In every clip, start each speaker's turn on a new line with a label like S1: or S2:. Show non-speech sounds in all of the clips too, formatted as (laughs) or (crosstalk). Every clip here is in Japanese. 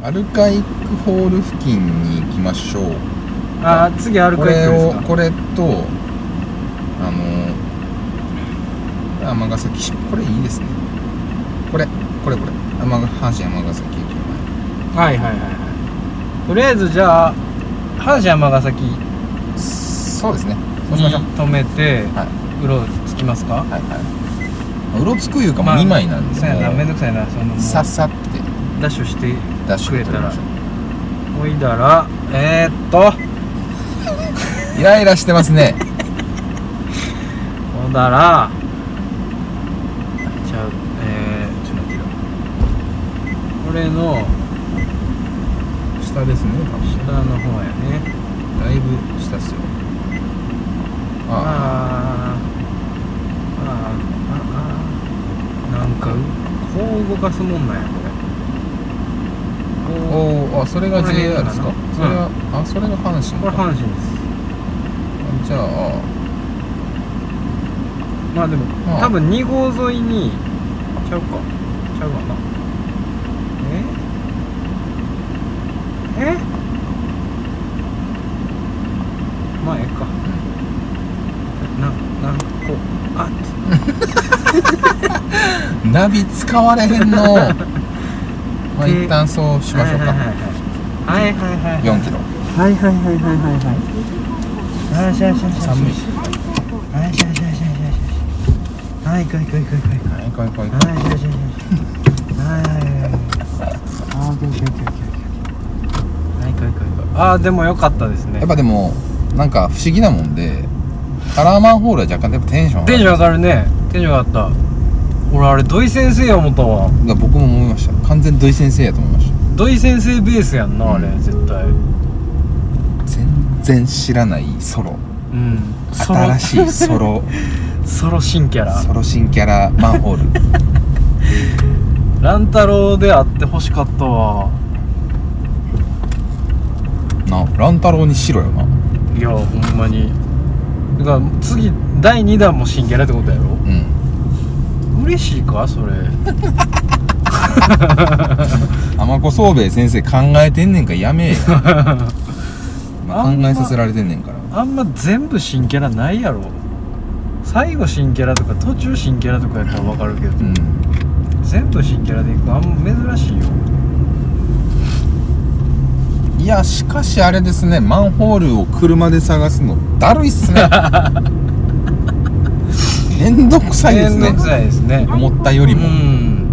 S1: アルカイックホール付近に行きましょう
S2: あー次アル
S1: こ
S2: カイ
S1: れ
S2: ッ
S1: を
S2: クですか
S1: これとあの尼崎市これいいですねこれこれこれ尼阪神尼崎駅
S2: はいはいはいはいとりあえずじゃあ阪神尼崎に
S1: 前そうですねそうしましょう
S2: 止めて
S1: はいう
S2: ろつきますか
S1: はいはいうろつくいうかも
S2: まあ
S1: 2枚なんで
S2: そうやなめん
S1: も
S2: どくさいなそのもう
S1: うさっさって
S2: ダッシュして
S1: ダッシュで取りましょ
S2: おいだらえー、っと
S1: うイライラしてますね
S2: おだらじゃあえー、ちょっと待ってよこれの
S1: 下ですね多分
S2: 下の方やね
S1: だいぶ下っすよあ
S2: あーあーあーあーなんかうこう動かすもんなんやこれ
S1: あ
S2: こ
S1: おーあそれが
S2: この辺
S1: JR ですか
S2: かな
S1: それはあそれが阪
S2: う
S1: 神
S2: これ
S1: か
S2: 阪神です
S1: じゃあ
S2: まあでも
S1: あー
S2: 多分2号沿いにちゃうかちゃうかなええまあええかななんかこうあっ
S1: ナビ使われへんの
S2: (laughs)
S1: まあ
S2: で
S1: 一旦そうしましょうか
S2: はいはいはいはいはいはいはい
S1: 4キロ
S2: はいはいはいはいはいはいはいしゃしゃしゃしゃ
S1: 寒い
S2: はいしゃしゃしゃしゃしゃはいこいこいこいこい
S1: はい行こう行こう行こ
S2: はいしゃしゃしゃしゃはいはいはいはいあーオッケーオッケーオッケーオッケーオッケーはいこいこいこいあーでも良かったです
S1: う
S2: ね
S1: やっぱでもなんか不思議なもんでカラーマンホールは若干やっぱテンション
S2: テンション
S1: 上
S2: 上がるねテンション上がった俺あれ土井先生や思ったわ
S1: がる僕も思いました完全土井先生やと思いました
S2: 土井先生ベースやんなあれ
S1: うん
S2: 絶対
S1: 全然知らないソロ
S2: うんソロ
S1: 新しいソ
S2: (laughs)
S1: ロ
S2: ソロ新キャラ
S1: ソロ新キャラマンホール
S2: 乱太郎であってほしかったわ
S1: な乱太郎にしろよない
S2: やほんまにだから次第2弾も新キャラってことやろ
S1: うん
S2: 嬉しいかそれ
S1: 天子宗兵衛先生考えてんねんからやめ
S2: (laughs)
S1: えよ、まあ、考えさせられてんねんから
S2: あんま全部新キャラないやろ最後新キャラとか途中新キャラとかやったら分かるけど、
S1: うん
S2: 全部新キャラでいくのあんま珍しいよ
S1: いやしかしあれですねマンホールを車で探すのだるいっす
S2: (laughs)
S1: ねめんどくさいです
S2: 面
S1: ね
S2: 倒くさいですね
S1: 思ったより
S2: う
S1: も、
S2: ん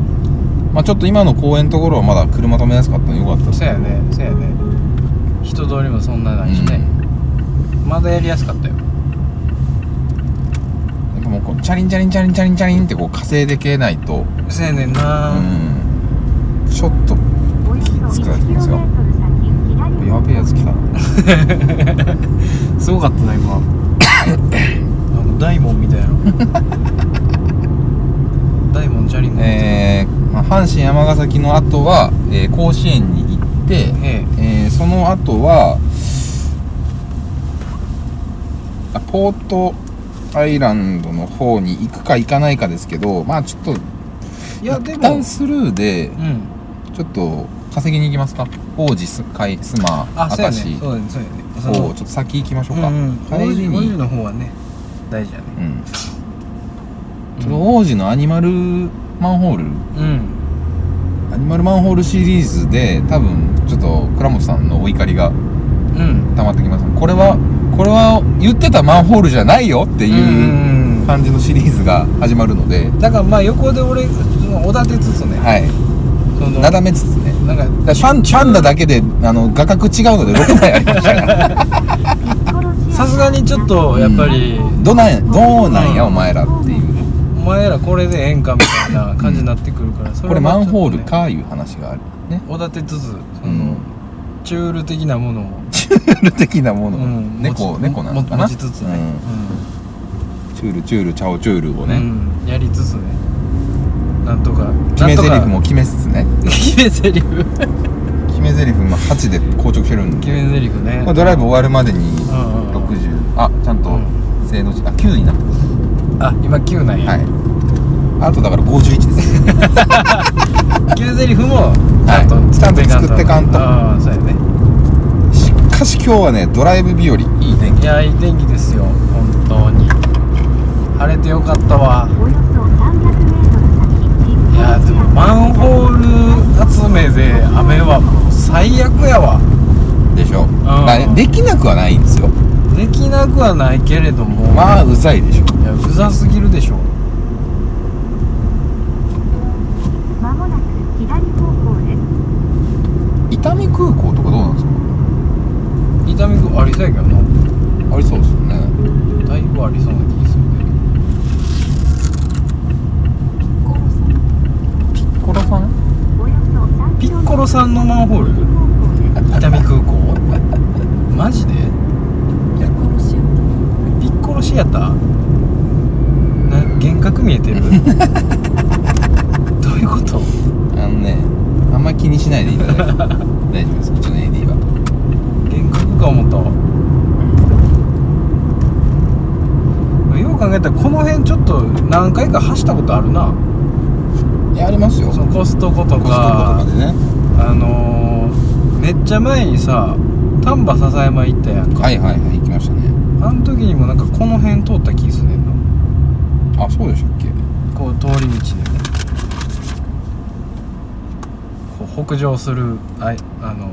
S1: まあ、ちょっと今の公園のところはまだ車止めやすかったのよかったです
S2: そうやねそうやね人通りもそんなないしね、まだやりやすかったよ
S1: うんやっぱもうこうチャリンチャリンチャリンチャリンチャリンってこう稼いでけないと
S2: そうやねんな、
S1: うんちょっと
S3: およそ1キロメートル先左に
S1: やべえやつ来たな
S2: すごかったな今あの大門み
S1: (laughs)
S2: たいな大門チャリンコ乗ってる
S1: えーまあ、阪神尼崎の後は、えー甲子園に行って、
S2: え
S1: えーその後はあポートアイランドの方に行くか行かないかですけどまあちょっと
S2: えいやで
S1: 一
S2: も
S1: 旦スルーで
S2: うん
S1: ちょっと稼ぎに行きますか王子スカイスマ
S2: あそう
S1: 明
S2: やね
S1: 石
S2: そうやねそうやねそ
S1: を
S2: の
S1: ちょっと先行きましょうか、
S2: うんうん王
S1: 帰
S2: 子
S1: り
S2: 王子
S1: に、
S2: の方はね大事やね
S1: うん、
S2: うん
S1: ちょっと王子のアニマルマンホール
S2: うん
S1: アニマルマンホールシリーズで多分ちょっと倉本さんのお怒りが
S2: うん
S1: 溜まってきますこれはこれは言ってたマンホールじゃないよっていう
S2: うん
S1: 感じのシリーズが始まるので、
S2: だからまあ横で俺そのおだてつつね
S1: はい
S2: その
S1: なだめつつね
S2: なん
S1: だ
S2: か
S1: からパンパンダだけであの画角違うので6枚ありま
S2: (laughs)
S1: したから
S2: さすがにちょっとやっぱり、
S1: どなんどうなんやお前らっていう
S2: お前らこれでええんかみたいな感じになってくるから、そ
S1: これ
S2: はま
S1: マ
S2: あ
S1: ン
S2: ちょっとね
S1: ホールかいう話があるね
S2: おだてつつその、
S1: うん
S2: チュール的なものを、
S1: チュール的なもの、
S2: うん
S1: 猫
S2: 持ち
S1: 猫なのかな
S2: 持ちつつね、
S1: うんチュールチュールチャオチュールを
S2: うん
S1: ね、
S2: うんやりつつねなんとか
S1: 決め台
S2: な
S1: 詞
S2: んとか (laughs)
S1: も決めつつね
S2: 決め台詞
S1: 決め台詞今8で硬直してるん
S2: 決
S1: で、
S2: め台詞ね
S1: まあ、ドライブ終わるまでに
S2: うんうんうん
S1: 60あちゃん
S2: う
S1: と制度値あ9になってます
S2: あ今9なんや、
S1: はいあとだから51ですね
S2: 急ゼリフもちゃんと、
S1: はいちゃんと作ってかんと
S2: ああそうやね
S1: しかし今日はねドライブ日和いい天
S2: いやいい天気ですよ本当に晴れてよかったわ
S3: およ
S2: い
S3: そ 300m 先
S2: やでもマンホール集めで雨はもう最悪やわ
S1: 気でしょ
S2: あー
S1: だからねできなくはないんですよ
S2: できなくはないけれども
S1: まあうざいでしょ
S2: いやうざすぎるでしょ
S3: まもなく左方向です
S1: 伊丹空港とかどうなんです
S2: 伊丹君ありそうやけどな
S1: かありそうですよね
S2: だいぶありそうな気がするけど
S1: ピッコロさん
S3: およそ3
S2: ピッコロさんのマンホール
S3: ル
S2: 伊丹空港マジでピッコロシアターな幻覚見えてるどういうこと
S1: あのねあんまり気にしないでいただい (laughs) て大丈夫ですうちの AD は
S2: 幻覚か思ったわよう考えたらこの辺ちょっと何回か走ったことあるない
S1: やありますよ
S2: そ
S1: コスト
S2: のコストコと
S1: コとかで
S2: か
S1: ね
S2: あのーめっちゃ前にさ丹波篠山行ったやんか
S1: はいはいはい行きましたね
S2: あの時にもなんかこの辺通った気すんねんな
S1: あそうでしたっけ
S2: こう通り道でねこう北上するあいあの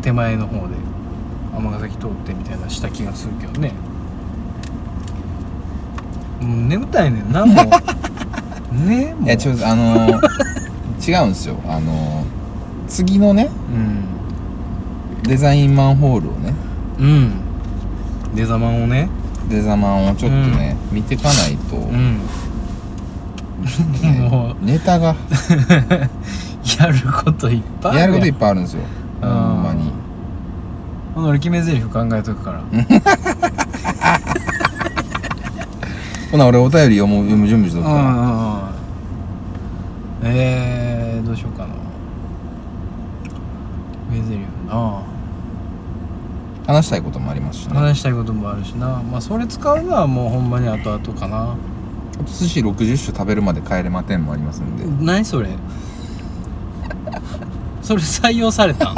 S2: 手前の方で尼崎通ってみたいなした気がするけどねもう眠たいねんな
S1: (laughs)
S2: もうねもう
S1: いやちょっとあのー
S2: (laughs)
S1: 違うんですよあのー次のね
S2: うん
S1: デザインマンホールをね
S2: うん出ざまんをね
S1: デザマンをちょっとね、見てかないと、
S2: うん
S1: ね
S2: (laughs) もう
S1: ネタが
S2: やることいっぱい
S1: や
S2: あ
S1: る
S2: る
S1: こといっ
S2: やん
S1: ぱいあるんですよほんまに
S2: ほんなら俺決め台詞考えとくから
S1: ほな俺お便り読む読む準備しとく
S2: うん
S1: か
S2: うんうんえー、どうしようかな名台詞な
S1: ら話したいこともありますしね
S2: 話したいこともあるしなまあそれ使うのはもうほんまに後々かな
S1: あと寿司60種食べるまで帰れまてんもありますんで
S2: 何それそれ採用されたん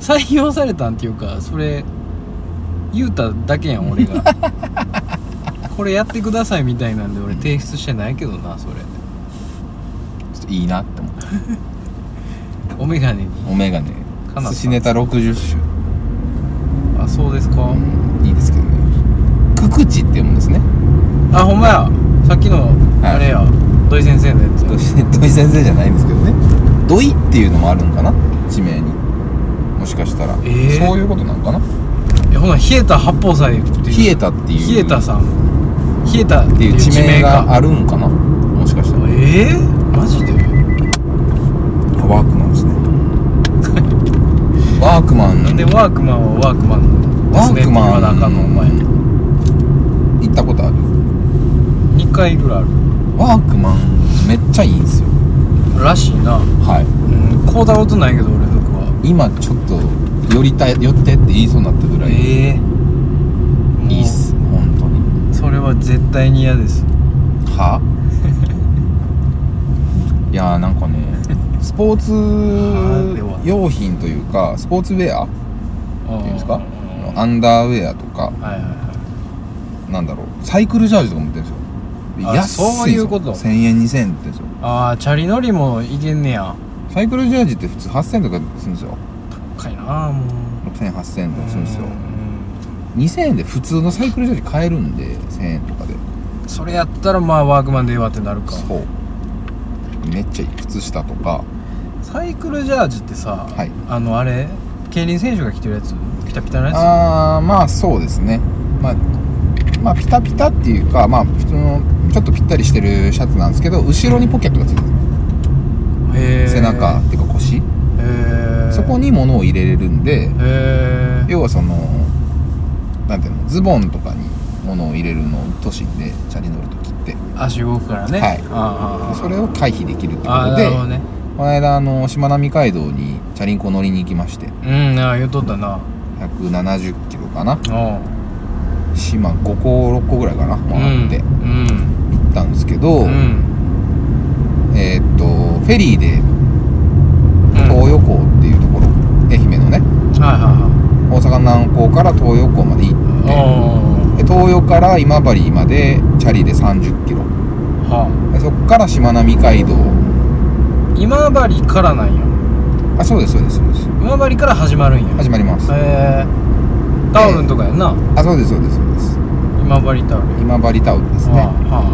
S2: 採用されたんっていうかそれ言うただけやん俺がこれやってくださいみたいなんで俺提出してないけどなそれ
S1: ちょっといいなって思って
S2: お眼鏡に
S1: お眼鏡
S2: かなさん
S1: 寿司ネタ60種、
S2: あそうですか、
S1: うんいいですけどねくくちって読むんですね
S2: あほんまやさっきの
S1: い
S2: あれや、土井先生のやつ
S1: 土井土井先生じゃないんですけどね土井っていうのもあるんかな地名にもしかしたら、
S2: えー
S1: そういうことなのかな
S2: えほな冷えた八宝菜っていう
S1: 冷えたっていう
S2: 冷えたさん冷えたっ
S1: ってて
S2: い
S1: いうう
S2: 地
S1: 地
S2: 名
S1: 名
S2: か
S1: があるんかなもしかしたら
S2: えー、マジで
S1: ワークマンですねワークマ
S2: なん
S1: ン
S2: でワークマンはワークマンで
S1: ワ
S2: すね
S1: ー
S2: って
S1: ク
S2: 言
S1: マ
S2: わ
S1: ン
S2: なあかんのお前
S1: 行ったことある
S2: 2回ぐらいあ
S1: ワークマンめっちゃいいんですよ
S2: るらしいな
S1: はい
S2: うんこうだことないけど俺服は
S1: 今ちょっと寄りたい寄ってって言いそうになったぐらいい
S2: ええー、
S1: いっす本当に
S2: もうそれは絶対に嫌です
S1: は (laughs) いやーなんかねスポー
S2: はでは
S1: ツ用品というかスポーツウェアって
S2: あ
S1: いうんですか
S2: ー
S1: アンダーウェアとか
S2: はいはいはい
S1: なんだろうサイクルジャージとかも売ってるんですよ
S2: あ
S1: で安いんですよ
S2: そういうこと
S1: 1000円2000円って言うんですよ
S2: ああチャリ乗りもいけんねや
S1: サイクルジャージって普通8000円とかするんですよ
S2: 高いなあもう
S1: 60008000円とかするんですよ
S2: うん
S1: 2000円で普通のサイクルジャージ買えるんで1000円とかで
S2: それやったらまあワークマンでええわってなるか
S1: そうめっちゃいい靴下とか
S2: サイクルジャージってさ、
S1: はい
S2: あのあれ競輪選手が着てるやつピタピタのや
S1: ああまあそうですねまあまあピタピタっていうかまあ普通のちょっとぴったりしてるシャツなんですけど後ろにポケットがついてる
S2: つへえ
S1: 背中っていうか腰
S2: へえ
S1: そこに物を入れれるんで
S2: へえ
S1: 要はそのなんていうのズボンとかに物を入れるのを都心でチャリ乗るときって
S2: 足動くからね
S1: はい
S2: ああ
S1: それを回避できるってこ
S2: ああ
S1: と
S2: なる
S1: で
S2: ほどね
S1: この間あのしまなみ海道にチャリンコ乗りに行きまして
S2: うんああ言うとったな
S1: 170キロかな
S2: おう
S1: 島5個6個ぐらいかな回って、
S2: うん、
S1: 行っったんですけど、
S2: うん
S1: えーっとフェリーで
S2: うん
S1: 東予港っていうところ、愛媛のね
S2: はい
S1: 大
S2: は
S1: 阪南港から東予港まで行
S2: いは
S1: って
S2: いお
S1: で東予から今治までチャリで3 0キロ
S2: ーは
S1: でそこからしまなみ海道
S2: あ今治からなんや
S1: あそうですそうですそうです
S2: 今治から始まるんや
S1: 始まります
S2: へえタオルンとかやんな
S1: あそうですそうですそうです
S2: 今治タオルン
S1: 今治タウンですね
S2: は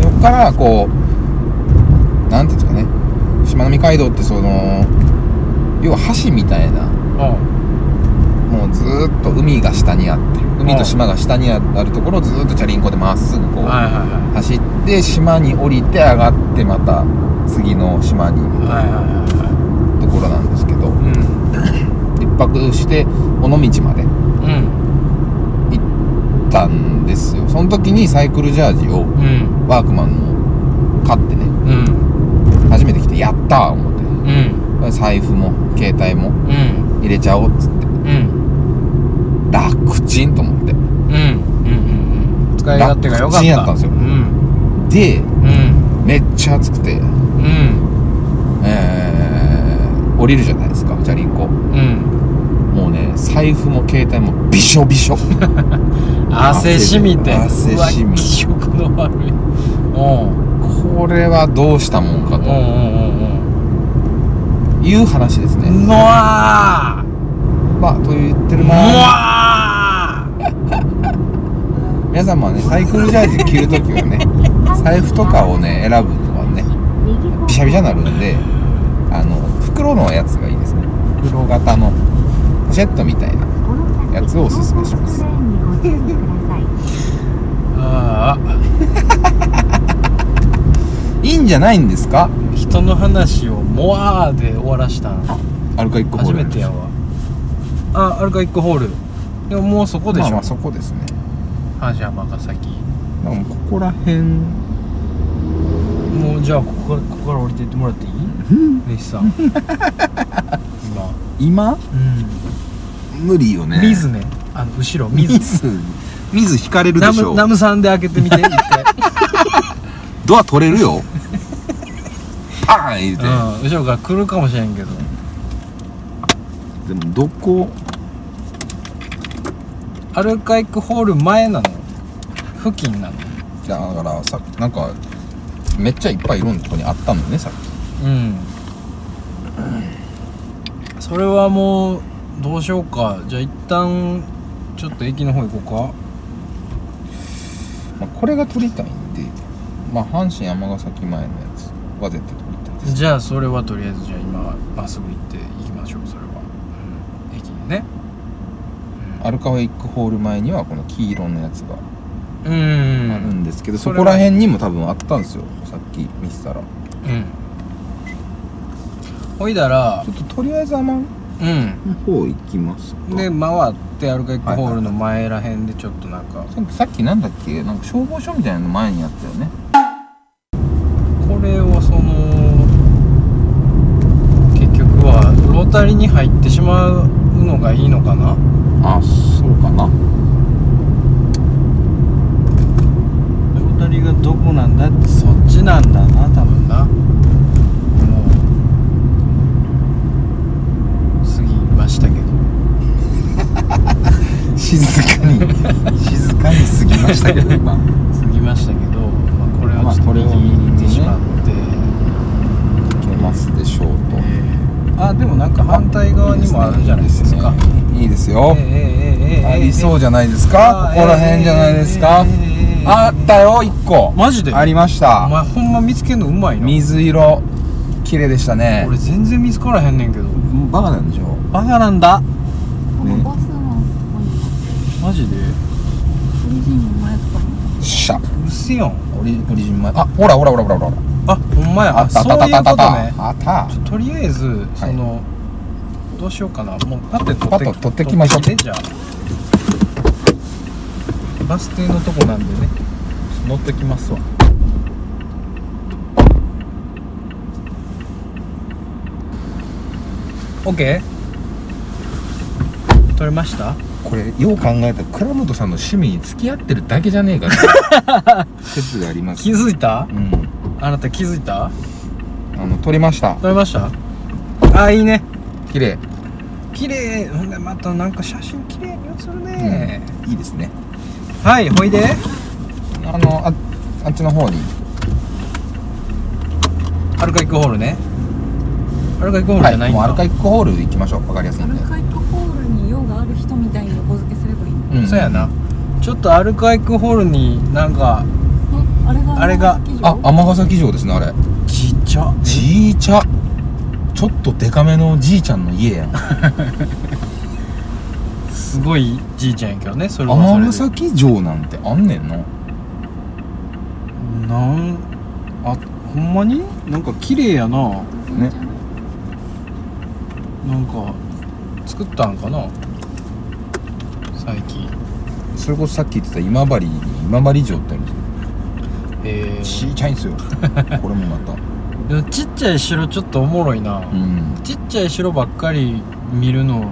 S1: そこからこうなんていうんですかねしまなみ海道ってその要は橋みたいな
S2: あはあ
S1: もうずーっと海が下にあって海と島が下にあるところをずーっとチャリンコでまっすぐこ
S2: うん
S1: う
S2: はいはいはい
S1: 走って島に降りて上がってまた次の島に
S2: はいはいはいはい
S1: 行くところなんですけど
S2: うん
S1: 一泊して尾道まで
S2: うん
S1: 行ったんですよその時にサイクルジャージを
S2: うん
S1: ワークマンの買ってね
S2: うん
S1: 初めて来てやったー思って
S2: うん
S1: 財布も携帯も
S2: うん
S1: 入れちゃおうっつって
S2: うん
S1: 楽ちんと思って
S2: うんうん使い勝手が良
S1: 楽ちん
S2: かった
S1: やったんですよ
S2: うん
S1: で
S2: うん
S1: めっちゃ暑くて
S2: うん
S1: えー、降りるじゃないですかチャリンコ
S2: うん
S1: もうね財布も携帯もびしょびしょ
S2: 汗しみて
S1: 汗しみ
S2: うわ気色の悪いおう
S1: これはどうしたもんか
S2: おうおう
S1: という話です
S2: おうおう
S1: ね。
S2: うわ
S1: まあ、と言って
S2: ー
S1: る
S2: う
S1: な
S2: わ
S1: 皆さんもね、サイクルジャージ着るときはね、財布とかをね、選ぶのはね、びしゃびしゃになるんで、あの、袋のやつがいいですね。袋型のポシェットみたいな。やつをおすすめします
S2: ーあ
S1: いいんじゃないんですか
S2: ー人の話をもわーで終わらしたん
S1: アルカイックホー
S2: 初
S1: ル。
S2: めてやわあアルカイックホールでももうそこで
S1: まあ
S2: し
S1: ま
S2: ょ
S1: あそこですね。
S2: あじゃあ尼崎
S1: でもここら辺、
S2: もうじゃあここからここから降りていってもらっていい根岸さ (laughs) ん
S1: 今
S2: 今う
S1: 無理よね
S2: ん水ねあの後ろ水
S1: 水、水引かれるで
S2: ナ
S1: しょ
S2: ム。ナムさん (laughs) で開けてみて一回
S1: ドア取れるよ。
S2: (laughs)
S1: パーン言う
S2: う
S1: て。
S2: ん後ろから来るかもしれんけど
S1: でもどこ
S2: アルカイックホール前なの付近なの
S1: いやだからさなんかめっちゃいっぱいいろんなとこにあったのねさっ
S2: うんそれはもうどうしようかじゃあ一旦ちょっと駅の方行こ
S1: き、まあ、これが撮りたいんで、まあ、阪神尼崎前のやつは絶対撮りたいうで
S2: か
S1: す
S2: じゃあそれはとりあえずじゃあ今まっすぐ行って行きましょうそれは、うん、駅にね
S1: アルカウェイクホール前にはこの黄色のやつが
S2: うん
S1: あ
S2: う
S1: る
S2: ん
S1: んですけど、
S2: そ
S1: そ
S2: れは
S1: こら辺にも多分あったんですよさっき見せたらち
S2: うんほいだら
S1: ょっととりあえず天
S2: うん
S1: の方行きますか
S2: で
S1: で
S2: 回ってアルカイックホールの前らへんでちょっとなんか
S1: さっきなんだっけなんか消防署みたいなの前にあったよね
S2: これをその結局はロータリーに入ってしまうのがいいのかな
S1: あそうかな
S2: ロータリーがどこなんだってそっちなんだな多分なもう過ぎましたけど
S1: (laughs) 静かに静かに過ぎましたけど (laughs) 今
S2: 過ぎましたけど、まあ、これはちょっ
S1: ま
S2: と
S1: あこれを
S2: 聞いてしまって、
S1: 行けますでしょうと、
S2: あでもなんか反対側にもあるじゃないですか。
S1: いいです
S2: え
S1: よ。ありそうじゃないですか。ここら辺じゃないですか。あ
S2: あ
S1: ったよ、一個。
S2: マジで。
S1: ありまし
S2: お
S1: た。
S2: 前ほんま見つけんのうまいな。
S1: 水色。綺麗でしたね。
S2: 俺全然見つからへんねんけど。
S1: バカなんでしょ
S2: バカなんだ。
S1: ね
S2: マジで。
S1: しゃ。
S2: うせやん。
S1: オリオリジン前。あ、ほらほらほらほらほら。
S2: あほんまや。
S1: あ
S2: あ
S1: ったあ
S2: そ
S1: っ
S2: う
S1: たあっ
S2: い
S1: たあ
S2: う
S1: ったあ
S2: こ
S1: っ
S2: とね。
S1: た。あった
S2: ちょ。とりあえずその、どうしようかな。もうパッて
S1: パッと取ってきましょう
S2: 取ってきてじゃあ。バス停のとこなんでね。乗ってきますわ。オッケー。取れました。
S1: これよう考えたら倉本さんの趣味に付き合ってるだけじゃねえかって (laughs) 説があります
S2: 気づいた
S1: うん
S2: あなた気づいた
S1: あの撮りました
S2: 撮れましたあいいね
S1: 綺麗
S2: 綺麗ほんでまたなんか写真綺麗に写るね、
S1: いいですね
S2: はいほいで
S1: あのああっちの方に
S2: アルカイックホールねアルカイックホールじゃないん
S1: も
S2: だ、
S1: うアルカイックホール行きましょうわかりやすい
S4: ア
S1: ん
S4: ル
S1: で
S4: カイックホールに用がある人みたいに横付けすればいいの
S1: うん
S2: そうやなちょっとアルカイックホールになんか
S4: ああれが
S2: あれが
S4: 尼崎城
S1: あ尼崎城ですねあれ
S2: ちっちゃ
S1: じいちゃちょっとデカめのじいちゃんの家やん
S2: すごいじいちゃんやけどねそれはそれで
S1: 尼崎城なんてあんねんな
S2: なんあほんまになんか綺麗やな
S1: ね
S2: なんか作ったんかな最近
S1: それこそさっき言ってた今治に今治城ってあるんですよち
S2: え
S1: っちゃいんです
S2: (laughs)
S1: よこれもまた
S2: でもちっちゃい城ちょっとおもろいな、
S1: うん
S2: ちっちゃい城ばっかり見るの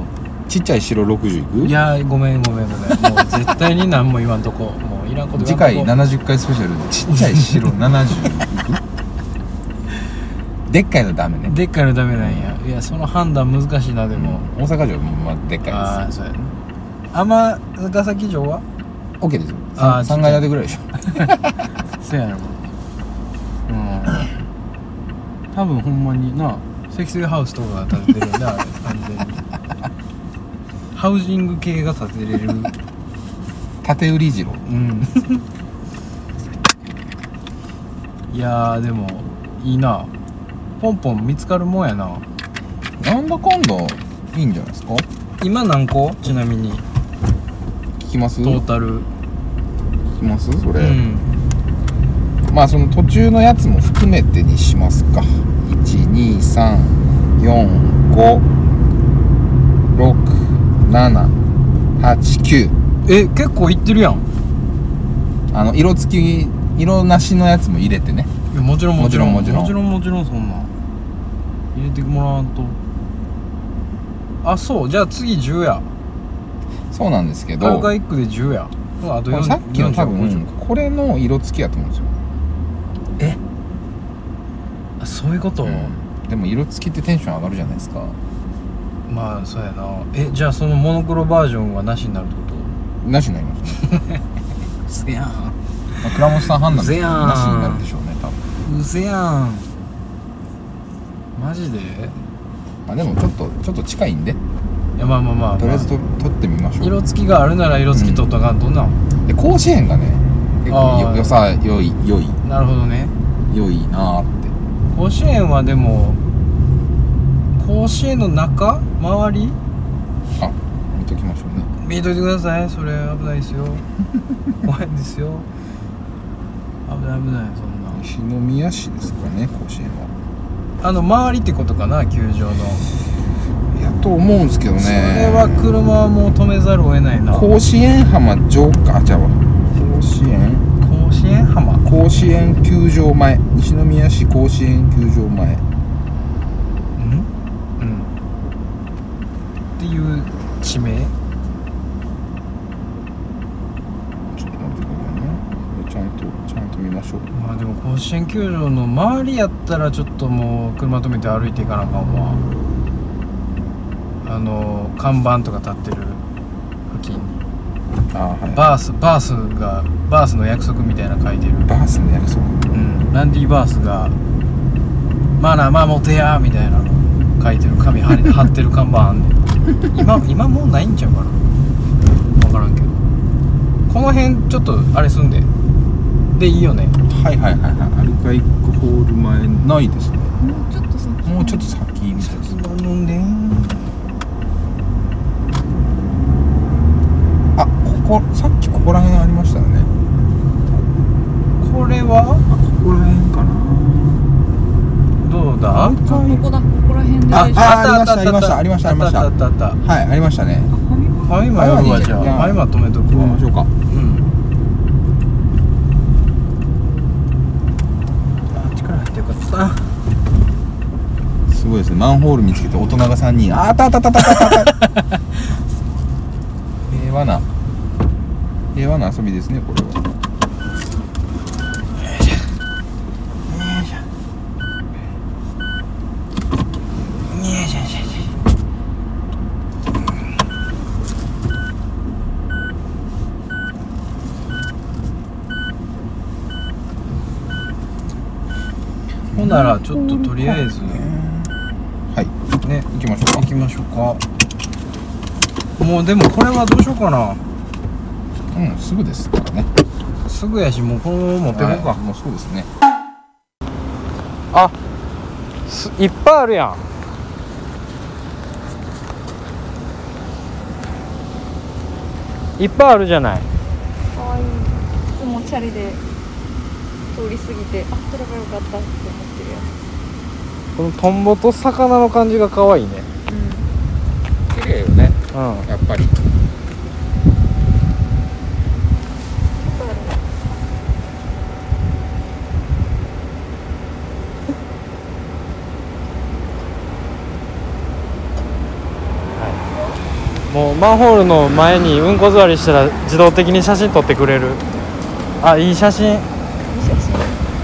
S1: ちっちゃい城60いく
S2: いやーごめんごめんごめんもう絶対に何も言わんとこもういらんこと言
S1: 次
S2: わ
S1: 回
S2: んとこ
S1: 70回スペシャルでちっちゃい城70いくでっかいのダメね
S2: でっかいのダメなんやいやその判断難しいなで
S1: で
S2: も
S1: も、大阪城もまあでっ
S2: あ
S1: かい
S2: あ
S1: で
S2: そうやね尼崎城
S1: す
S2: は
S1: OK ですよ
S2: あー
S1: 3, 三階建てぐらいでしょ
S2: そうやろうん多分ほんまにな積水ハウスとかが建ててるよねあれ完全にハウジング系が建てれる
S1: 建て売り
S2: (laughs)
S1: 城
S2: うんいやーでもいいなポンポン見つかるもんやな
S1: なんだかんだいいんじゃないですか
S2: 今何個ちなみに
S1: 聞きます
S2: トータル
S1: 聞きますそれ、
S2: うん
S1: まあその途中のやつも含めてにしますか123456789
S2: え結構いってるやん
S1: あの色付き色なしのやつも入れてね
S2: いやもちろんもちろん
S1: もちろん
S2: も
S1: も
S2: ち
S1: ち
S2: ろんもちろんそんなん入れてもらわんとあそうじゃあ次10や
S1: そうなんですけ
S2: アル
S1: ど
S2: カイックで10やうんあ
S1: こ
S2: と
S1: れ
S2: 4
S1: さっきの多分これの色付きやと思うんですよ、
S2: あそういうこと、
S1: うんでも色付きってテンション上がるじゃないですか
S2: まあそうやなえじゃあそのモノクロバージョンはなしになるってこ
S1: なしになりますね、
S2: とうせやん
S1: まあ、倉本さん判断
S2: うぜ
S1: で
S2: やん
S1: なしになるでしょうね多分、
S2: うせやんマジでい
S1: まあ、でもちょっとちょっと近いんで
S2: やまあまあまあ、ま
S1: とりあえずと撮ってみましょう
S2: 色付きがあるなら色付き取っとかんとな、
S1: で甲子園がね結構
S2: あー
S1: よよさ良い良い
S2: なるほどね
S1: 良いなーって
S2: 甲子園はでも甲子園の中周り
S1: あ見ときましょうね
S2: 見といてくださいそれ危ないですよ怖いですよ危ない危ないそんな
S1: 西宮市ですかね甲子園は
S2: あの周りってことかな球場の、
S1: いやと思うんですけどね
S2: それは車はもう止めざるを得ないな甲
S1: 甲子園浜城下あちゃうわ甲子園
S2: 子園浜
S1: 甲子園球場前西宮市甲子園球場前
S2: うんうんっていう地名
S1: ちょっと待ってくださいねちゃんとちゃんと見ましょう
S2: まあでも甲子園球場の周りやったらちょっともう車止めて歩いていかなあかんわあの看板とか立ってる付近に
S1: あーはい
S2: バースバースがバースの約束みたいなの書いてる、
S1: バースの約束
S2: うん、ランディ・バースが「マナーまあモテや」みたいなの書いてる紙貼り貼ってる看板あんねん今今もうないんちゃうかな分からんけどこの辺ちょっとあれすんででいいよね
S1: はいはいはいはいアルカイックホール前ないですね
S4: もうちょっと先
S1: もうちょっと先みたいです
S2: 飲んで
S1: あここさっきここら辺ありましたよね
S2: これは
S1: あここら辺かな
S2: どうだ
S4: あここだここら辺で
S1: あ
S4: あ
S1: あありましたありました
S2: あ
S1: あ
S2: っ
S1: り
S2: たあったあった
S1: はいありましたね
S4: ファミマ
S2: ファミマ呼ぶわじゃあ
S1: フ
S2: ファ
S1: ァ
S2: ミ
S1: ミ
S2: マ止めとく
S1: 行
S2: わ
S1: きましょうか
S2: うんあ力入ってよかった
S1: すごいですねマンホール見つけて大人が3人ああったあったあったあったあった
S2: えー
S1: 和な平和な遊びですねこれは
S2: ほんならちょっととりあえず
S1: はい
S2: ね
S1: 行きましょうか
S2: 行きましょうかもうでもこれはどうしようかな
S1: うんすぐですからね
S2: すぐやしもうこのまま持ってこうか、
S1: はいもうそうですね
S2: あすいっぱいあるやんいっぱいあるじゃない
S5: 可愛いいつもチャリで通り過ぎてあ取ればよかったって思ってるや
S2: このトンボと魚の感じが可愛いね
S5: つ、うん
S1: 綺麗よね
S2: うん
S1: やっぱり
S2: もうマンホールの前にうんこ座りしたら自動的に写真撮ってくれるあいい写真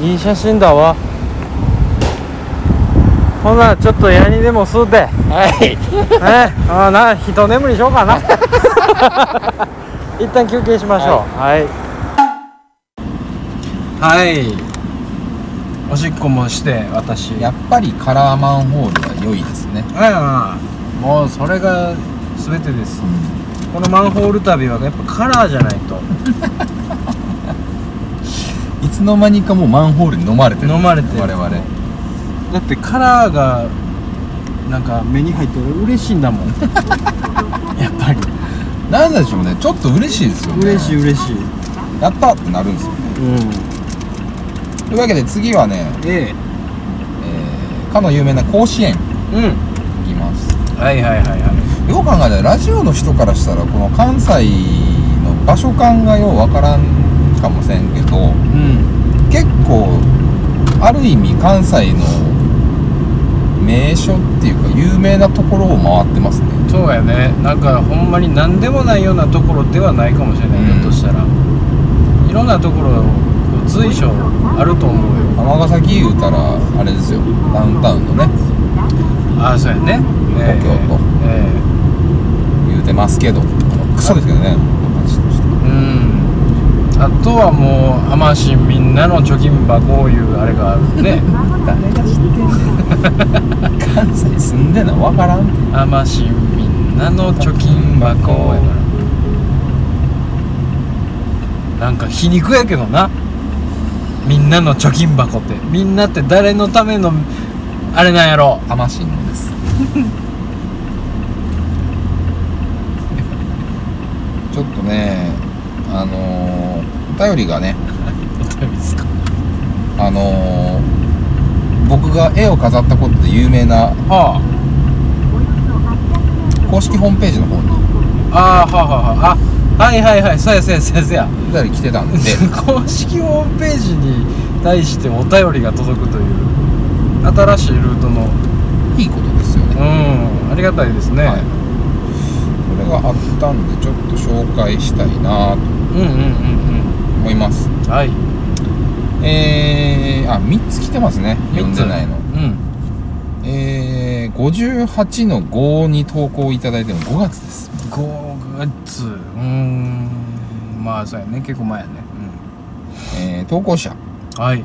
S2: いい写真だわほなちょっとヤニでも吸うて
S1: はい
S2: え (laughs) あな一眠りしようかな (laughs) 一旦休憩しましょうはいはい、おしっこもして私
S1: やっぱりカラーマンホールが良いですね
S2: ああもうそれが全てですこのマンホール旅はやっぱカラーじゃないと
S1: いつの間にかもうマンホールに飲まれてる
S2: 飲まれてる
S1: 我々
S2: だってカラーがなんか目に入って俺嬉しいんだも (laughs) んやっぱり
S1: なんでしょうねちょっと嬉しいですよね
S2: 嬉しい嬉しい
S1: やったってなるんですよ
S2: うん
S1: というわけで次はね、
S2: で
S1: えー、かの有名な甲子園
S2: うん
S1: 行きます
S2: はいはいはいは
S1: よう考えたらラジオの人からしたらこの関西の場所感がようわからんかもせんけど
S2: いうん
S1: 結構ある意味関西の名所っていうか有名なところを回ってますね
S2: そうやねなんかほんまに何でもないようなところではないかもしれない、
S1: うん
S2: ひょっとしたらいろんなところこう随所あると思うよ
S1: 尼崎言うたらあれですよダウンタウンのね
S2: ああそうやねええ
S1: 東京都
S2: ええ
S1: 言うてますけどクソですけどね私として
S2: うんあとはもう浜市みんなの貯金箱いうあれがあるね
S1: 誰が知ってんねん関西住んでんのわからん
S2: 浜市みんなの貯金箱やからなんか皮肉やけどなみんなの貯金箱ってみんなって誰のためのあれなんやろ
S1: 浜新のですちょっとねあのー、お便りがね
S2: お便りですか
S1: あのー、僕が絵を飾ったことで有名な
S2: は
S1: 公式ホームページの方に
S2: ああーはあはあはああはいはいはいそうやそうやそうやそうや
S1: お便り来てたんで
S2: (laughs) 公式ホームページに対してお便りが届くという新しいルートの
S1: (laughs) いいことですよね、
S2: うんありがたいですね、
S1: はいそれがあったんでちょっと紹介したいなと
S2: うんうんうん
S1: 思います
S2: うんはい
S1: えー、あ3つ来てますね読んでないの
S2: うん
S1: えー、58の5に投稿いただいても5月です
S2: 5月うーんまあそうやね結構前やね
S1: えー投稿者
S2: うんはい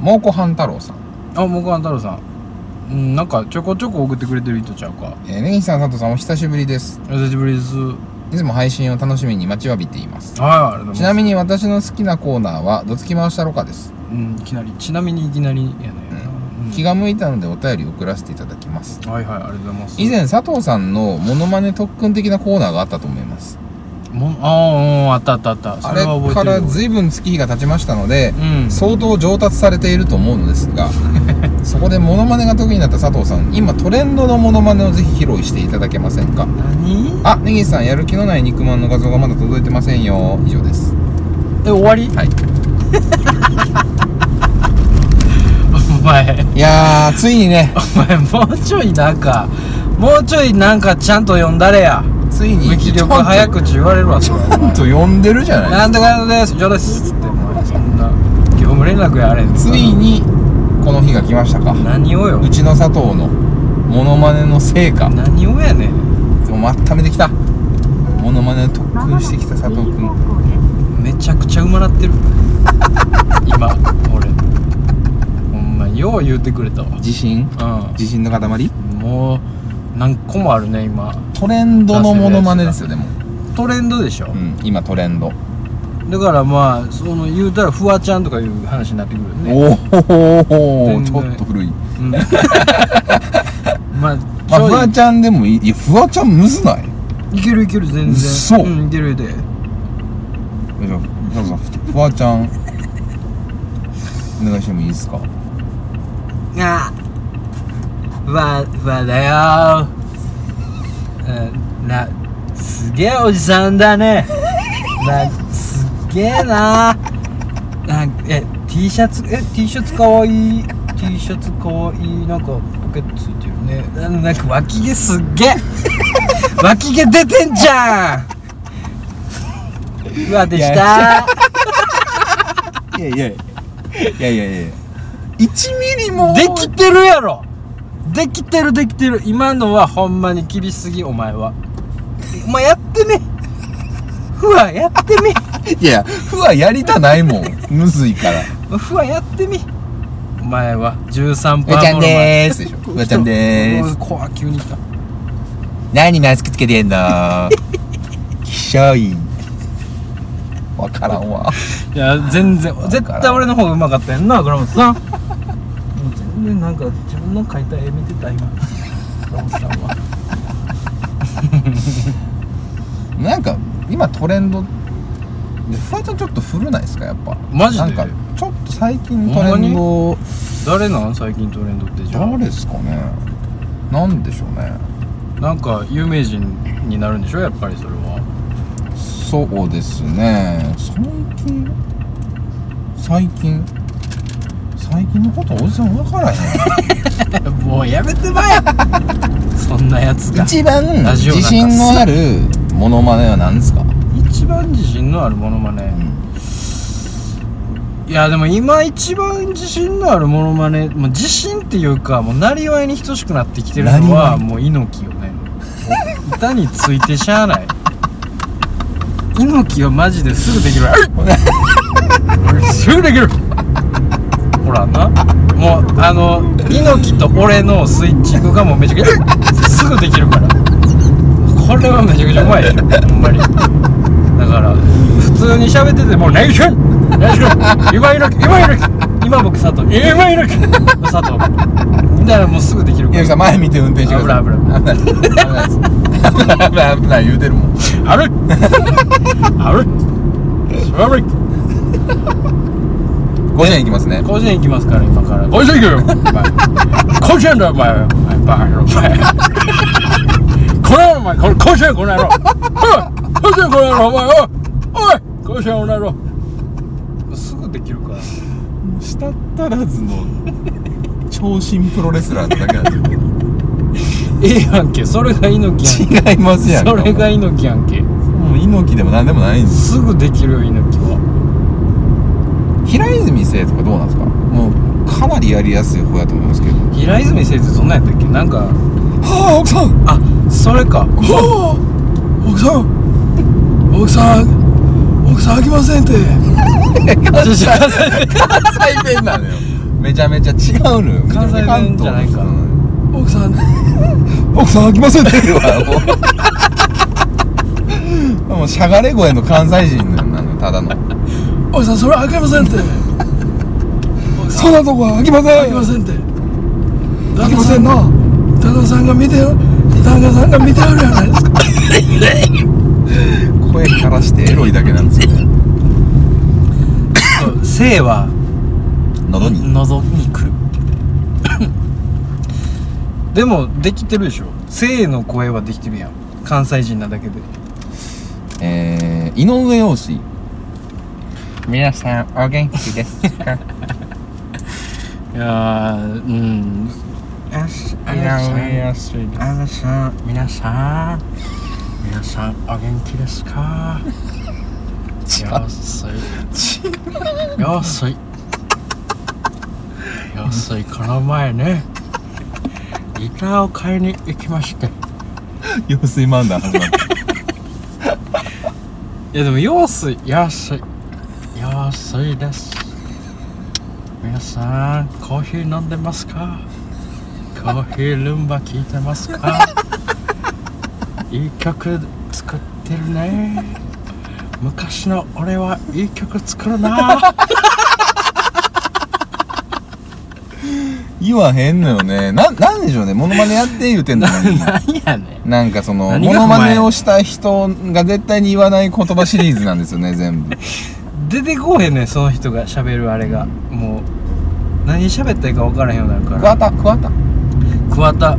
S1: 猛虎半太郎さん、
S2: あもこは太郎さんうんなんかちょこちょこ送ってくれてる人ちゃうか
S1: えー、根岸さん佐藤さんお久しぶりです
S2: お久しぶりですはい
S1: いつも配信を楽しみに待ちわびています
S2: ありがとうございます
S1: ちなみに私の好きなコーナーは「どつき回したろか」です、
S2: うんいきなりちなみにいきなりやね、うん
S1: 気が向いたのでお便り送らせていただきます
S2: はいはいありがとうございます
S1: 以前佐藤さんのモノマネ特訓的なコーナーがあったと思います
S2: もあああったあったあったそ
S1: あ
S2: れ
S1: れ
S2: は覚え
S1: か
S2: てる
S1: ら随分月日が経ちましたので、
S2: うん
S1: 相当上達されていると思うのです
S2: (laughs)
S1: がそこでモノマネが得意になった佐藤さん今トレンドのモノマネをぜひ披露していただけませんか
S2: 何
S1: あ根岸さんやる気のない肉まんの画像がまだ届いてませんよ以上です
S2: え終わり
S1: はい
S2: (laughs) お前
S1: いやーついにね
S2: お前もうちょいなんかもうちょいなんかちゃんと読んだれや
S1: つついに
S2: 無気力早口言われるわ
S1: ち
S2: そ
S1: ゃ
S2: れ
S1: んと呼んでるじゃな
S2: ないん
S1: で
S2: とかなんとかですジョですってお前そんな業務連絡やあれん
S1: すかついにこの日が来ましたか
S2: 何をよ
S1: うちの佐藤のモノマネの成果
S2: 何をやねん
S1: でもまっためてきたモノマネを特訓してきた佐藤くん
S2: めちゃくちゃ馬
S1: (laughs)
S2: なってる今俺ほんまよう言うてくれたわ
S1: 自信自信の塊
S2: うんもう何個もあるね今
S1: トレンドのモノマネですよでも、
S2: トレンドでしょ
S1: う、ん、今トレンド、
S2: だからまあその言うたらフワちゃんとかいう話になってくるよね
S1: おお
S2: 全然
S1: ちょっと古い
S2: う
S1: (laughs)
S2: んまあ
S1: まあ、フワ
S2: い
S1: ちゃんでもいいいやフワちゃんむずない
S2: いけるいける全然
S1: 嘘
S2: ん、いけるで
S1: じゃあどうぞフワちゃんお願いしてもいいですか
S2: あわわだようんなすげえおじさんだねなすっげえななんえ T シャツえ T シャツかわいい T シャツかわいいなんかポケットついてるねあのなんか脇毛すっげえ脇毛出てんじゃんうわでし
S1: い
S2: た
S1: いやいやいやいやいや1ミリも
S2: できてるやろできてるできてる今のはほんまに厳しすぎお前はお前やってみふわやって
S1: いやフワやりたないもんむずいから「
S2: みふわやってみお前は13
S1: フワ
S2: パ
S1: ち
S2: ー
S1: ゃんでーす」でしょ「フワちゃんでーす
S2: 怖急に来た」
S1: 「何マスクつけてんの? 」「 (laughs) きしょい」わからんわ
S2: いや全然絶対俺の方がうまかったやんな倉本さんもう全然なんか自分の描いた絵見てた今倉本さんは
S1: なんか今トレンドでフワちゃんちょっと古ないですかやっぱ
S2: マジで
S1: なんかちょっと最近トレンド
S2: 誰なん最近トレンドってじゃ
S1: 誰ですかねなんでしょうね
S2: あなんか有名人になるんでしょやっぱりそれは
S1: そうですね最近最近最近のことおじさん分からへ (laughs) ん
S2: (laughs) もうやめてまえ (laughs) そんなやつが
S1: 一番
S2: ラジオ
S1: 自
S2: なんか
S1: 信のあるモノマネは何ですか、
S2: 一番自信のあるモノマネいやでも今一番自信のあるモノマネもう自信っていうかもうなりわいに等しくなってきてるのは
S1: なりわい
S2: もう猪木よねもう板についてしゃあない猪木はマジですぐで (laughs) きる俺すぐできるほらなもうあの猪木と俺のスイッチングがもうめちゃくちゃすぐできるからこれはめちゃくちゃうまいでしょほんまにだから普通に喋っててもう「ナイスナイス今いる今いる今僕佐藤今いる佐藤」みたいなもうすぐできる
S1: い
S2: か
S1: や
S2: ら
S1: さん前見て運転してください
S2: 危な
S1: 危ない危ない危 (laughs) ない危ない言うてるもん
S2: あるあるある
S1: 5年いきますね
S2: 甲子園行きますから今から甲子園行くよお前甲子園だよお前お前バカ野郎お前この野郎お前この甲子園この野郎おい甲子園この野郎お前おいおい甲子園この野郎すぐできるから
S1: したったらずの長身プロレスラーってだけなんで
S2: ええやんけそれが猪木やん
S1: す
S2: け
S1: よ違いますやんか
S2: それが猪木やんけ
S1: もう猪木でも何でもないんです
S2: すぐできるよ猪木は
S1: 平泉聖とかどうなんですかもうかなりやりやすい方やと思いますけど
S2: 平泉先生そんなんやったっけなんか
S1: はあ奥さん
S2: あそれか
S1: はあ奥さん奥さん奥さんあきませんって
S2: ちょちょ関西弁
S1: 関西弁なのよめちゃめちゃ違うのよ
S2: 関西弁じゃないか
S1: 奥さん奥さんあきませんって言うわ (laughs) もうもうしゃがれ声の関西人なのよただの
S6: おじさんそれは開けませんって
S1: そんなとこはあきません
S6: 開けませんって
S1: あ
S6: 旦
S1: きま
S6: 那
S1: せ
S6: さ
S1: ん
S6: ん
S1: な
S6: 旦那さんが見てる旦那さんが見てあるやないですか
S1: 声からしてエロいだけなんですよね
S2: そう性は
S1: 喉に
S2: 覗きに来
S6: (laughs)
S2: るでもできてるでしょ性の声はできてるやん関西人なだけで
S1: えー、井上陽水皆さんお元気 (laughs) ですか
S2: いやうんよし
S1: 井上陽水
S2: あのさ皆さん皆さんお元気ですか安い安い安いこの前ねギターを買いに行きまして
S1: 用水漫談始まった
S2: いやでも用水安い安いです皆さんコーヒー飲んでますかコーヒールンバ聞いてますか (laughs) いい曲作ってるね昔の俺はいい曲作るな
S1: 言わへんのよねななんでしょうねモノマネやって言うてんのに
S2: 何やねん
S1: なんかその
S2: 何
S1: モ
S2: が
S1: ノ
S2: 不満
S1: マネをした人が絶対に言わない言葉シリーズなんですよね全部
S2: 出てこうへんねんその人が喋るあれがもう何喋ったらいいか分からへんようになるか
S1: 桑
S2: ら
S1: 田桑田
S2: 桑田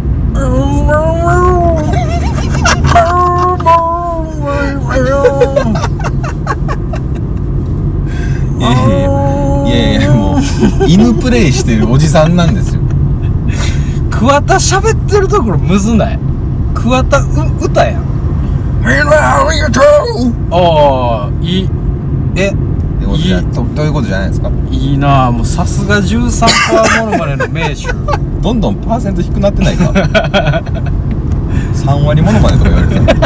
S1: いやいやいやいやいやもう犬プレイしてるおじさんなんですよ
S2: 桑田喋ってるところむずない桑田う歌やん
S6: みんなありがとう
S2: ああいいえ
S1: ってことじゃとということじゃないですか
S2: いいなあもうさすが13パーモノマネの名
S1: (laughs)
S2: 手
S1: どんどんパーセント低くなってないか (laughs) 3割モノマネとか言われてた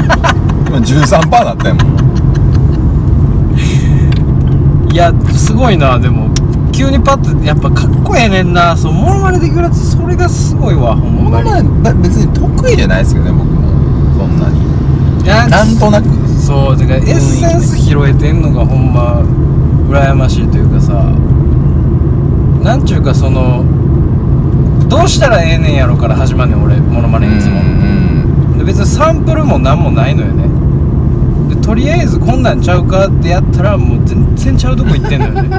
S1: 今13%だったやもん
S2: いやすごいなでも急にパッてやっぱかっこええねんなそのモノマネできるやつそれがすごいわほん
S1: モ
S2: ま
S1: ノ
S2: に
S1: マネだ別に得意じゃないですけどね僕もそんなに
S2: いや
S1: なんとなくです
S2: そうてかエッセンス拾えてんのがほんま羨ましいというかさなんちゅうかそのどうしたらええねんやろから始まんねん俺モノマネいつも
S1: うん
S2: で別にサンプルも何もないのよねでとりあえずこんなんちゃうかってやったらもう全然ちゃうとこ行ってんのよ
S1: (laughs)
S2: ね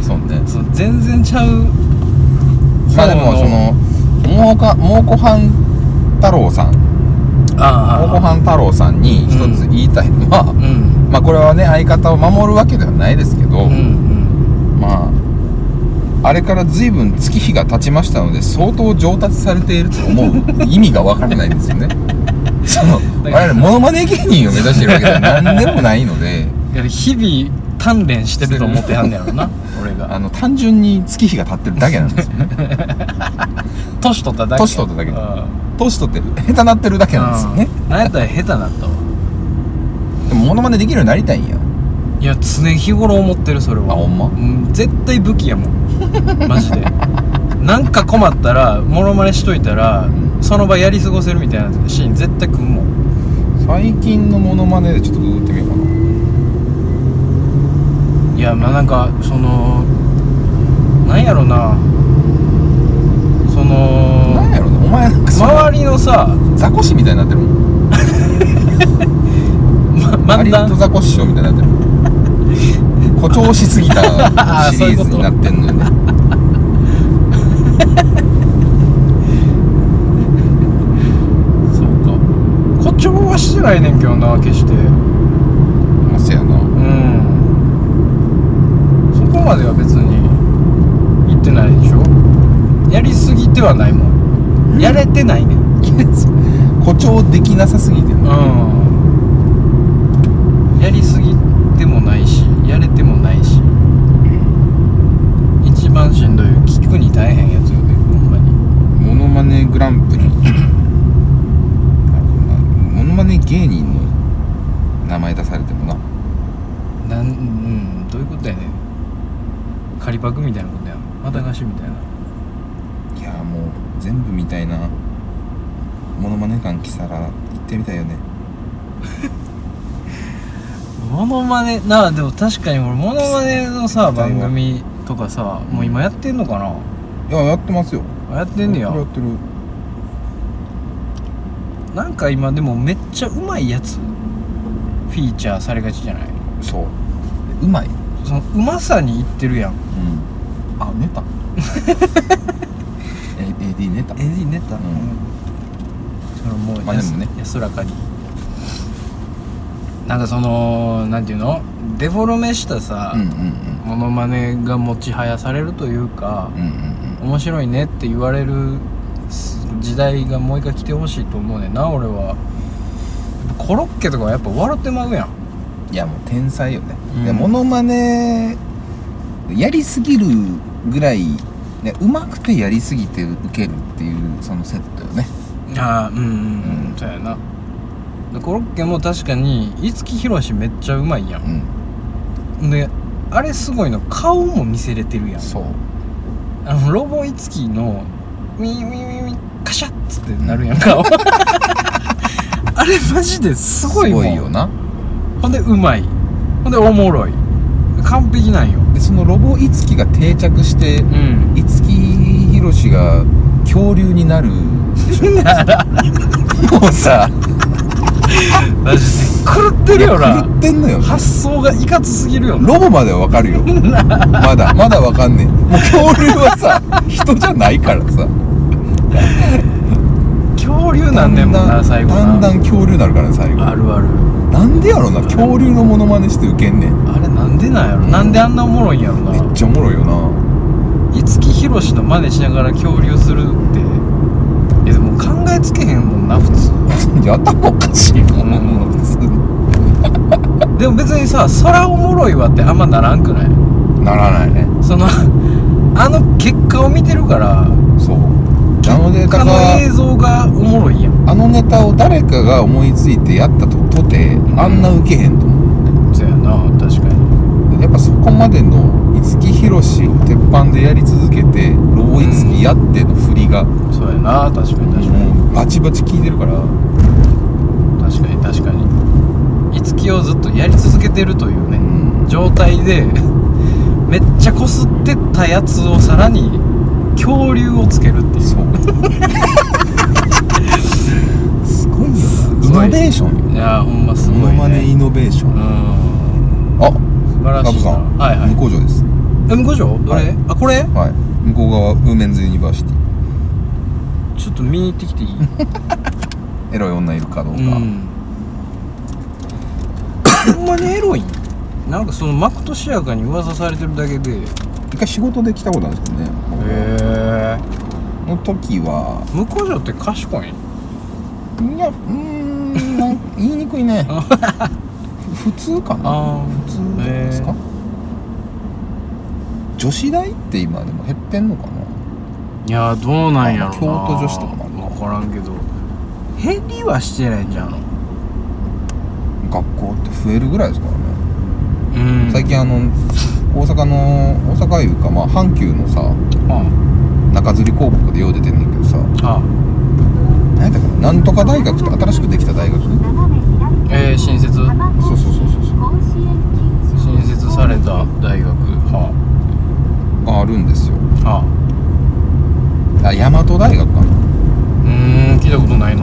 S1: うんそうね
S2: そう全然ちゃう
S1: まあでもその猛虎猛虎半太郎さん猛虎
S2: あ
S1: 半太郎さんに一つ言いたいのは、
S2: あうん
S1: まあこれはね相方を守るわけではないですけど、
S2: うんうん
S1: まああれから随分月日が経ちましたので相当上達されていると思う意味が分からないですよ
S2: (laughs)
S1: ねその我
S2: だから
S1: 々モノマネ芸人を目指してるわけでは何でもないので
S2: いや日々鍛錬してると思ってはんねや
S1: (laughs)
S2: ろな俺
S1: あ
S2: が
S1: の単純に月日が経ってるだけなん
S2: (laughs)
S1: ですよね
S2: 年取っただけ
S1: 年取っただけ
S2: うん
S1: 年取ってる下手なってるだけなんですよね
S2: うんなんやったら下手なったわ
S1: でもモノマネできるようになりたいんや
S2: いや常日頃思ってるそれは
S1: あほんま
S2: うん、絶対武器やもん (laughs) マジでなんか困ったらモノマネしといたらその場やり過ごせるみたいなシーン絶対組むもん
S1: 最近のモノマネでちょっとググってみようかない
S2: やまあなんかそのなんやろなそ
S1: なん
S2: の
S1: やろねお前なんかその
S2: 周りのさ、
S1: ザコシみたいになってるもん
S2: ま、
S1: マ
S2: 漫
S1: リオット
S2: 談
S1: ザコシショウみたいになってる
S2: (laughs)
S1: 誇張しすぎた
S2: あー
S1: シ
S2: そうい
S1: リ
S2: う
S1: ー
S2: こ
S1: ズ
S2: と
S1: になってんのよね
S2: そうか誇張はしてないねんけどな決してう
S1: まあせやなん
S2: (laughs) そこまでは別に言ってないでしょやりすぎてはないもんやれてないねん
S1: 誇張できなさすぎてね
S2: うんやりすぎてもないしやれてもないし一番しんどい聞くに大変やつよねほんまに
S1: モノマネグランプリあこんなモノマネ芸人の名前出されてもな
S2: なんうんどういうことやねん仮パクみたいなことやんまたがしみたいない
S1: やもう全部みたいなモノマネ館キサラ行ってみたいよね
S2: モノマネなあでも確かに俺モノマネのさ番組とかさもう今やってんのかない
S1: ややってますよ
S2: あやってんねや
S1: やってる
S2: なんか今でもめっちゃうまいやつフィーチャーされがちじゃない
S1: そううまい
S2: そのうまさにいってるやん
S1: うんあ
S2: (laughs)
S1: 寝たえ AD 寝た
S2: AD 寝た
S1: うん
S2: それもう
S1: まあでもね
S2: 安らかになんかそのなんていうのデフォルメしたさ、
S1: うんうんうん
S2: モノマネが持ちはやされるというか
S1: うん、うん
S2: 面白いねって言われる時代がもう一回来てほしいと思うねんな俺はコロッケとかはやっぱ笑ってまうやん
S1: いやもう天才よね、
S2: うん
S1: でモノマネやりすぎるぐらいねうまくてやりすぎて受けるっていうそのセットよね
S2: ああうんうん
S1: う
S2: うんんそうやなでコロッケも確かに五木ひろしめっちゃうまいや
S1: うん
S2: んであれすごいの顔も見せれてるやん
S1: そう
S2: あのロボ五木のウィンウィンウィンウィンカシャッつってなるやん (laughs) 顔あれマジですごいもん
S1: よな
S2: ほんでうまいほんでおもろい完璧なんよ
S1: でそのロボ五木が定着して
S2: うん
S1: 五木ひろしが恐竜になるでしょ
S2: (laughs)
S1: もうさ
S2: マジで狂ってるよ
S1: いや
S2: な
S1: 狂ってんのよ
S2: 発想がいかつすぎるよな
S1: ロボまではわかるよまだまだわかんねえもう恐竜はさ人じゃないからさ
S2: 恐竜なんねんもん
S1: だ
S2: な最後な
S1: だんだん恐竜になるからね最後
S2: あるある
S1: なんでやろな恐竜のモノマネしてウケんねん
S2: あれなんでなんやろなんであんなおもろいんやろ
S1: めっ
S2: な
S1: ちゃおもろいよな (laughs)
S2: 五木ひろしの真似しながら恐竜するってえでも考えつけへんもんな普通
S1: いや頭おかしいもん
S2: うん
S1: もう普通
S2: でも別にさ「空おもろいわ」ってあんまならんくない
S1: ならないね
S2: そのあの結果を見てるから
S1: そうあのネ
S2: 他
S1: タが
S2: の映像がおもろいやん
S1: あのネタを誰かが思いついてやったととてあんなウケへんと思
S2: そやな確かに
S1: うやっぱそこまでの五木ひろしを鉄板でやり続けてロボ五木やっての振りがも
S2: そうやな確かに確かに
S1: うバチバチ効いてるから
S2: 確かに確かに五木をずっとやり続けてるというね状態でめっちゃこすってたやつをさらに恐竜をつけるっていう
S1: そうすごいよなイノベ
S2: ごい
S1: ーションよ
S2: いやーほんますごい
S1: モノマネ
S2: ね
S1: イノベーショ
S2: う
S1: ン
S2: ん
S1: あ
S2: 素晴ら
S1: ガ
S2: し
S1: ブ
S2: いな
S1: さん、
S2: はいはい
S1: 向こう城です
S2: え向こう城どれ、
S1: はい
S2: あこれ
S1: はい向こう側ウーメンズユニバーシティ
S2: ちょっと見に行ってきていい
S1: (laughs) エロい女いるかどうか、
S2: うんほんまにエロいんなんかそのまことしやかに噂されてるだけでへ
S1: 一回仕事で来たことあるんですけどね僕
S2: え
S1: の時は
S2: 向こう城って賢いん
S1: いやうーんなん
S2: (laughs)
S1: 言いにくいね
S2: あ
S1: 普通かな
S2: あー
S1: 普通じゃないですか
S2: へ
S1: 女子大って今でも減ってんのかない
S2: やーどうなんやろな
S1: 京都女子とかもあるの
S2: 分からんけど減りはしてないんじゃんの
S1: 学校って増えるぐらいですからね、
S2: うん
S1: 最近あの大阪の大阪いうかまあ阪急のさ
S2: あ
S1: 中吊り広告でよう出てんねんけどさ
S2: あ
S1: 何やったかななんとか大学って新しくできた大学
S2: えー新設そう
S1: そうそうそうそう
S2: 新設された大学は
S1: があるんですよ
S2: あはあ
S1: あ大和大学かな
S2: うーん聞いたことないない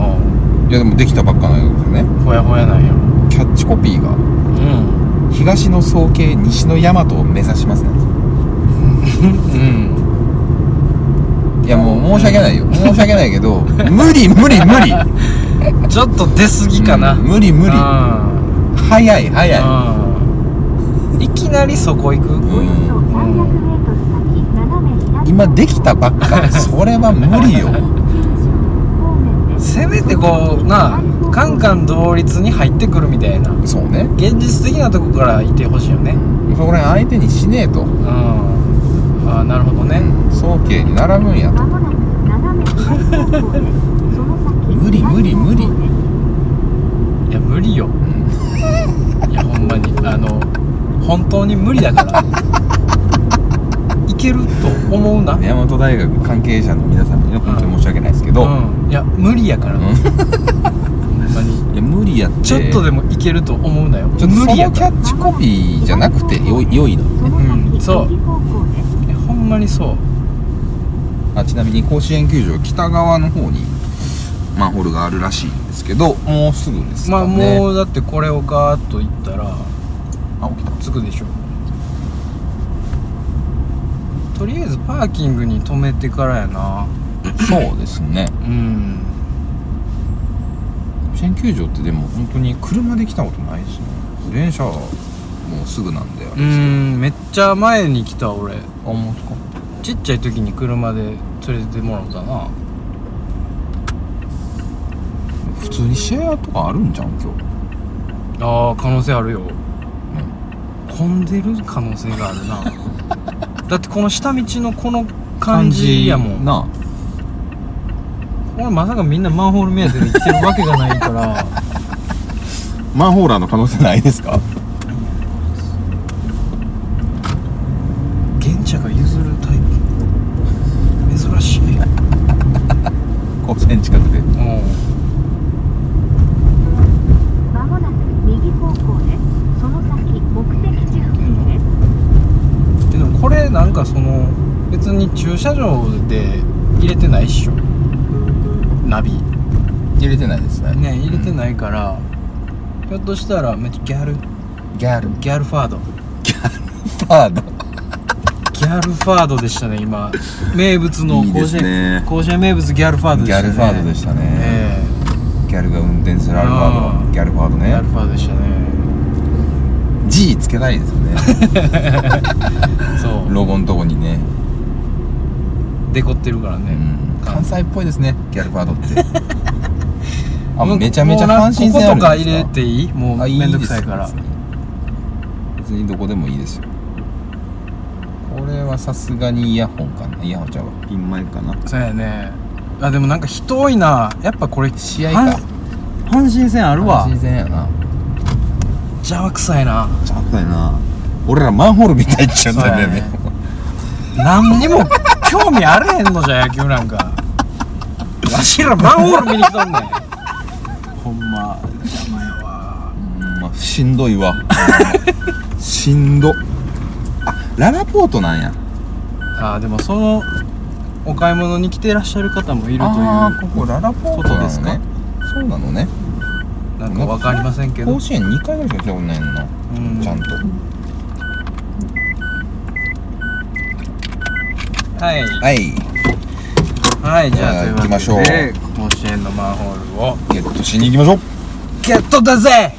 S1: やでもできたばっかの大学でね
S2: ほやほやなんや
S1: キャッチコピーが
S2: う
S1: 「
S2: ん
S1: 東の総計西の大和を目指します」なんですよ
S2: うん
S1: いやもう申し訳
S2: (laughs)
S1: ないよ申し訳ないけど無理無理無理
S2: ちょっと出過ぎかな、
S1: うん無理無理
S2: うん
S1: 早い早い
S2: うんいきなりそこ行く
S1: うん今
S3: 今
S1: で
S3: で
S1: き
S3: き
S1: た
S3: た
S1: ば
S3: ば
S1: っか
S3: っか
S1: でそれは無理よ (laughs)
S2: せめてこうなカンカン同率に入ってくるみたいな
S1: そうね
S2: 現実的なとこからいてほしいよね
S1: そこら辺相手にしねえと
S2: うんああなるほどね
S1: 総計に並ぶんやと無
S3: 無
S1: 理
S3: 理
S1: 無
S3: 無
S1: 理
S3: 理
S1: 無
S3: 無
S1: 理
S3: 理
S2: いや無理よいやほんまにあの本当に無理だからいけると思うな
S1: 大和大学関係者の皆さんには本当に申し訳ないですけど、
S2: うん、いや無理やから、
S1: うん
S2: ほんまに
S1: いや無理やって
S2: ちょっとでもいけると思うなよ
S1: ちょっとその
S2: 無理
S1: キ
S2: や
S1: ャ
S2: から
S1: ッチコピーじゃなくてよい良いの
S2: うんそういやほんまにそう
S1: あちなみに甲子園球場北側の方にマンホールがあるらしいんですけどもうすぐです
S2: ま
S1: か
S2: あ
S1: ね、
S2: もうだってこれをガーッといったら
S1: あ起きた
S2: つくでしょとりあえずパーキングに止めてからやな
S1: そうですね
S2: うん
S1: 甲子園球場ってでも本当に車で来たことないですね電車はもうすぐなんであ
S2: う
S1: れ
S2: んめっちゃ前に来た俺
S1: あ思うか
S2: ちっちゃい時に車で連れてってもらったな
S1: 普通にシェアとかあるんじゃん今日
S2: ああ可能性あるよ、混んでる可能性がある (laughs) なだってこの下道のこの感じやもん
S1: な
S2: 俺まさかみんなマンホール目当てで来てるわけがないから
S1: マンホーラーの可能性ないですか
S2: 現茶が譲るタイプ珍しい
S1: 甲子園近くで
S2: もう
S3: まもなく右方向です。その先、目的地付近です。
S2: でもこれなんかその別に駐車場で入れてないっしょナビ
S1: 入れてないですね
S2: ね入れてないから、ひょっとしたらめっちゃギャル
S1: ギャル
S2: ギャルファード
S1: パード
S2: ギャルファードでしたね今名物の
S1: いいで
S2: 甲
S1: す
S2: 子園
S1: ね
S2: 甲子園名物ギャルファードでしたね
S1: ギャルファードでしたね
S2: え
S1: ギャルが運転するアルファード
S2: あー
S1: ギャルファード
S2: えギャル
S1: ね
S2: ファードでしたね
S1: G つけないですよね
S2: (laughs) そう
S1: ロゴのとこにね、
S2: デコってるからね、
S1: うん関西っぽいですねギャルファードって
S2: (laughs)
S1: あ
S2: もう
S1: めちゃめちゃ
S2: もうな
S1: 阪神線あ
S2: こことか
S1: るんです
S2: 入れ
S1: か
S2: ていいもう
S1: あいい
S2: めんどく
S1: です
S2: さ
S1: よ
S2: いから
S1: 別に別にどこでもいいですよこれはさすがにイヤホンかなイヤホンちゃうわピンマイクかな
S2: そうやねあでもなんか人多いなやっぱこれ
S1: 試合か
S2: 阪神戦あ
S1: あ
S2: るわ
S1: 自然やな
S2: 邪魔くさいな
S1: ちゃんとやな俺らマンホールみたいっちゃうんだよね
S2: 何にも興味あれへんのじゃ野球なんかわしらマンホール見に
S1: (laughs)
S2: 来とんねんほんま邪魔やわ
S1: うんまあしんどいわしんどあララポートなんや
S2: あーでもそのお買い物に来てらっしゃる方もいるという
S1: あーここララポートなのねそうなのね
S2: なんかわかりませんけど
S1: 甲子園2回ぐらいしか来たことないのな
S2: うん
S1: ちゃんと
S2: はい
S1: はい
S2: はいじゃあというわけで
S1: じゃあ行きまし
S2: 甲子園のマンホールを
S1: ゲットしに行きましょう
S2: ゲットだぜ